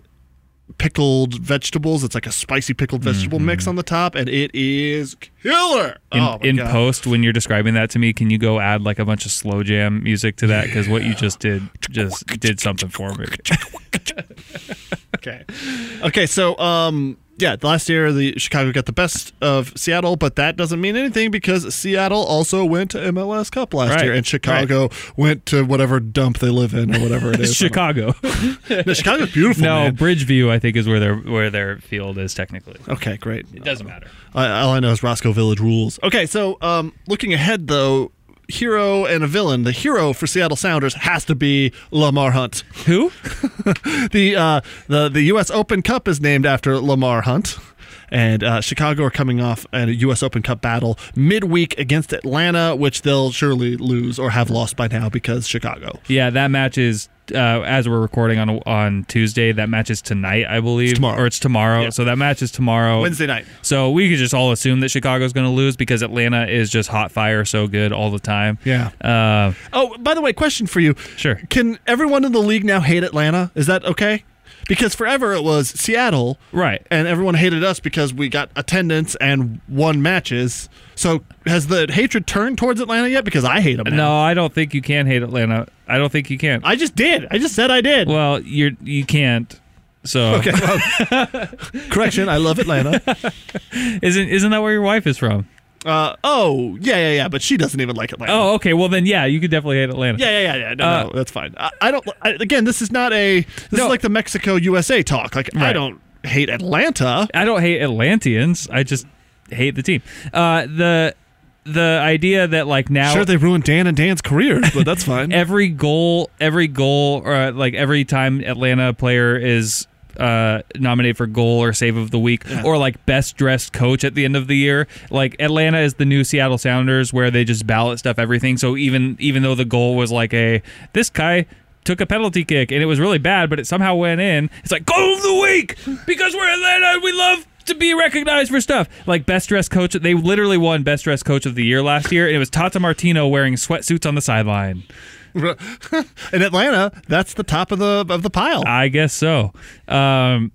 pickled vegetables it's like a spicy pickled vegetable mix on the top and it is killer
Mm-hmm. In,
oh my
in
God.
post, when you're describing that to me, can you go add like a bunch of slow jam music to that? Because what you just did just did something for me.
okay okay so um yeah, last year the Chicago got the best of Seattle, but that doesn't mean anything because Seattle also went to MLS Cup last
Right,
year, and
right.
Chicago went to whatever dump they live in or whatever it is.
Chicago.
No, Chicago's beautiful.
no,
man.
Bridgeview, I think, is where their where their field is technically.
Okay, great.
It doesn't matter.
I, all I know is Roscoe Village rules. Okay, so um, looking ahead though, hero and a villain. The hero for Seattle Sounders has to be Lamar Hunt.
Who?
the uh, the the U.S. Open Cup is named after Lamar Hunt. And uh, Chicago are coming off a U.S. Open Cup battle midweek against Atlanta, which they'll surely lose or have lost by now because Chicago.
Yeah, that match is uh, as we're recording on on Tuesday. That match is tonight, I believe,
tomorrow.
or it's tomorrow.
Yeah.
So that match is tomorrow,
Wednesday night.
So we could just all assume that Chicago's going to lose because Atlanta is just hot fire, so good all the time.
Yeah.
Uh,
Oh, by the way, question for you.
Sure.
Can everyone in the league now hate Atlanta? Is that okay? Because forever it was Seattle.
Right.
And everyone hated us because we got attendance and won matches. So has the hatred turned towards Atlanta yet? Because I hate them. now.
no, I don't think you can hate Atlanta. I don't think you can.
I just did. I just said I did.
well, you're you can't. So
okay. well, correction. I love Atlanta.
isn't isn't that where your wife is from?
Uh, oh, yeah, yeah, yeah. But she doesn't even like Atlanta.
Oh, okay. Well, then yeah, you could definitely hate Atlanta.
Yeah, yeah, yeah, yeah. No,
Uh,
no, that's fine. I, I don't. I, again, this is not a. This
No.
is like the Mexico USA talk. Like I
Right.
don't hate Atlanta.
I don't hate Atlanteans. I just hate the team. Uh, the the idea that like now
Sure, they ruined Dan and Dan's careers, but that's fine.
every goal, every goal, or uh, like every time Atlanta player is uh, nominated for goal or save of the week, or like best dressed coach at the end of the year. Like Atlanta is the new Seattle Sounders, where they just ballot stuff everything. So even even though the goal was like a this guy. Took a penalty kick and it was really bad, but it somehow went in. It's like goal of the week because we're Atlanta. and We love to be recognized for stuff like best dressed coach. They literally won best dressed coach of the year last year, and it was Tata Martino wearing sweatsuits on the sideline.
In Atlanta, that's the top of the of the pile.
I guess so. Um,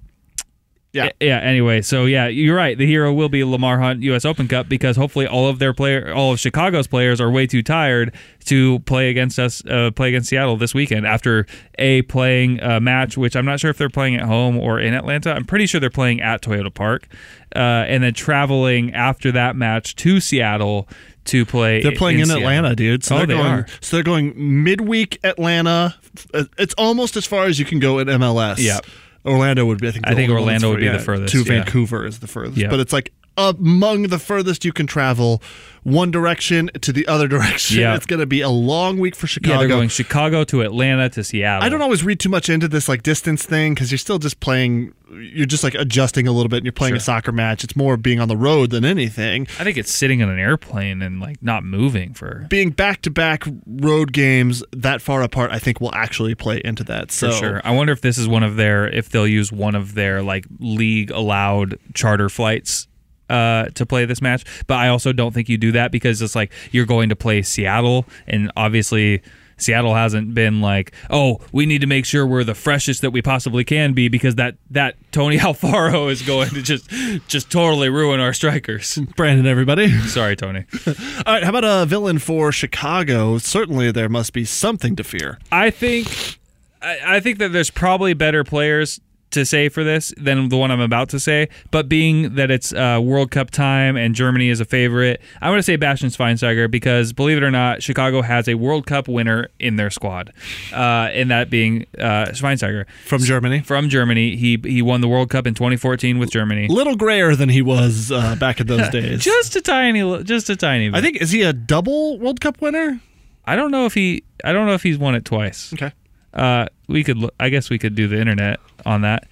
Yeah.
Yeah. Anyway, so yeah, you're right. The hero will be Lamar Hunt U.S. Open Cup because hopefully all of their player, all of Chicago's players are way too tired to play against us, uh, play against Seattle this weekend after a playing a match, which I'm not sure if they're playing at home or in Atlanta. I'm pretty sure they're playing at Toyota Park, uh, and then traveling after that match to Seattle to play.
They're playing in,
Seattle.
Atlanta, dude. So
Oh,
they're
they
going,
are.
So they're going midweek Atlanta. Uh, It's almost as far as you can go in MLS.
Yep.
Orlando would be. I think.
I
the
think
only one
Orlando
that's
would be
fur-
the
yeah,
furthest,
To
yeah.
Vancouver is the furthest,
Yep.
but it's like among the furthest you can travel. One direction to the other direction.
Yeah.
It's going to be a long week for
Yeah,
Chicago.
they're going Chicago to Atlanta to Seattle.
I don't always read too much into this like distance thing because you're still just playing. You're just like adjusting a little bit, and you're playing a
Sure.
soccer match. It's more being on the road than anything.
I think it's sitting on an airplane and like not moving for
Being back to back road games that far apart, I think will actually play into that. So
for sure. I wonder if this is one of their if they'll use one of their like league allowed charter flights uh, to play this match. But I also don't think you do that because it's like you're going to play Seattle and obviously Seattle hasn't been like, oh, we need to make sure we're the freshest that we possibly can be because that that Tony Alfaro is going to just just totally ruin our strikers.
Brandon, everybody.
Sorry, Tony.
All right, how about a villain for Chicago? Certainly, there must be something to fear.
I think I, I think that there's probably better players to say for this than the one I'm about to say. But being that it's uh, World Cup time and Germany is a favorite, I'm going to say Bastian Schweinsteiger because believe it or not, Chicago has a World Cup winner in their squad, uh, and that being uh, Schweinsteiger
From Germany.
from Germany. He he won the World Cup in 2014 with Germany.
Little grayer than he was uh, back in those days.
Just a tiny, li- just a tiny. Bit.
I think is he a double World Cup winner?
I don't know if he. I don't know if he's won it twice.
Okay.
Uh, we could. lo- I guess we could do the internet on that.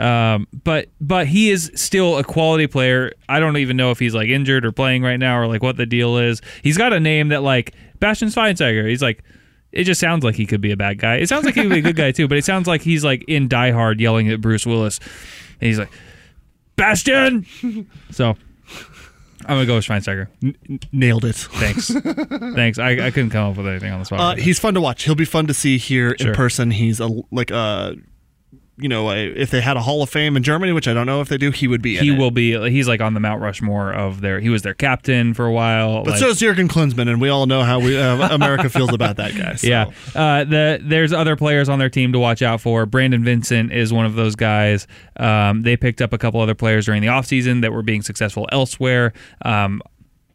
Um, but but he is still a quality player. I don't even know if he's like injured or playing right now or like what the deal is. He's got a name that like Bastian Schweinsteiger. He's like. It just sounds like he could be a bad guy. It sounds like he could be a good guy too, but it sounds like he's like in Die Hard yelling at Bruce Willis, and he's like, "Bastion." So, I'm gonna go with Schweinsteiger.
Nailed it.
Thanks, thanks. I, I couldn't come up with anything on the spot.
Uh, he's fun to watch. He'll be fun to see here
Sure.
in person. He's a like a, you know, a, if they had a Hall of Fame in Germany, which I don't know if they do, he would be. in
he
it.
will be he's like on the mount rushmore of their he was their captain for a while
But
like-
so is Jurgen Klinsmann, and we all know how we uh, America feels about that guy. So.
yeah uh, the, there's other players on their team to watch out for brandon vincent is one of those guys um, they picked up a couple other players during the offseason that were being successful elsewhere um,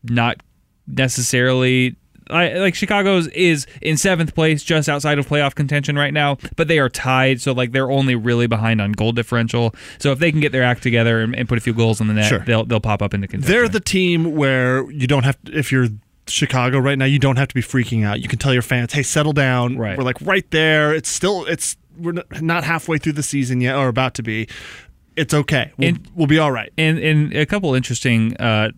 not necessarily I, like Chicago's is in seventh place, just outside of playoff contention right now, but they are tied, so like they're only really behind on goal differential. So if they can get their act together and, and put a few goals in the net,
Sure.
they'll they'll pop up into contention.
They're the team where you don't have to, if you're Chicago right now, you don't have to be freaking out. You can tell your fans, "Hey, settle down.
Right.
We're like right there. It's still it's we're n- not halfway through the season yet, or about to be. It's okay. We'll,
And-
we'll be all right."
and and a couple interesting uh,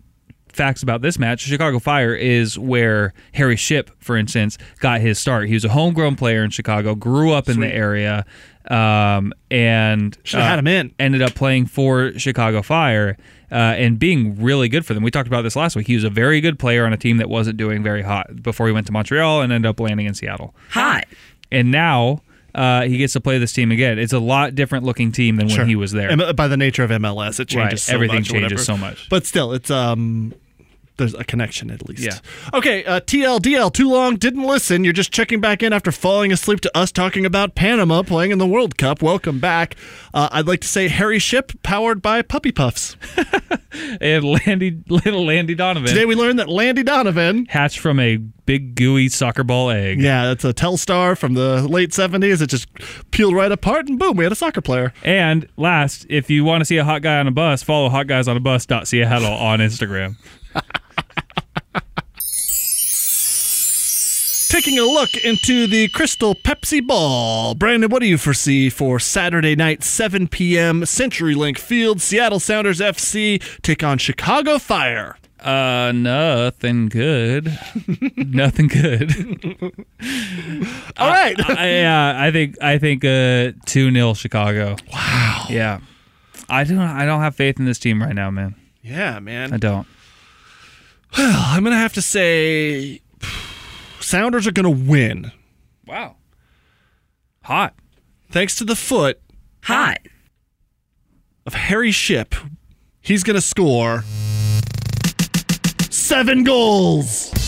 facts about this match. Chicago Fire is where Harry Ship, for instance, got his start. He was a homegrown player in Chicago, grew up in the area, um, and uh,
Should've had him in.
Ended up playing for Chicago Fire uh, and being really good for them. We talked about this last week. He was a very good player on a team that wasn't doing very hot before he went to Montreal and ended up landing in Seattle.
Hot.
And now. Uh, he gets to play this team again. It's a lot different looking team than
Sure.
when he was there.
M- by the nature of MLS, it changes.
Right,
so
everything
much or
changes
whatever.
so much.
But still, it's um. There's a connection at least.
Yeah.
Okay. Uh, TLDL, too long, didn't listen. You're just checking back in after falling asleep to us talking about Panama playing in the World Cup. Welcome back. Uh, I'd like to say Harry Ship, powered by Puppy Puffs.
and Landy, little Landy Donovan.
Today we learned that Landy Donovan.
hatched from a big gooey soccer ball egg.
Yeah, that's a Telstar from the late 70s. It just peeled right apart, and boom, we had a soccer player.
And last, if you want to see a hot guy on a bus, follow hotguysonabus.seattle E on Instagram.
Taking a look into the Crystal Pepsi Ball. Brandon, what do you foresee for Saturday night, 7 p.m., CenturyLink Field, Seattle Sounders FC take on Chicago Fire?
Uh, nothing good. nothing good.
All right.
I, uh, I think I think uh two 0 Chicago. Wow. Yeah. I don't I don't have faith in this team right now, man.
yeah,
I
man.
don't.
Uh, I'm going to have to say Sounders are going to win.
Wow. Hot.
Thanks to the foot
Hot.
of Harry Ship, he's going to score seven goals.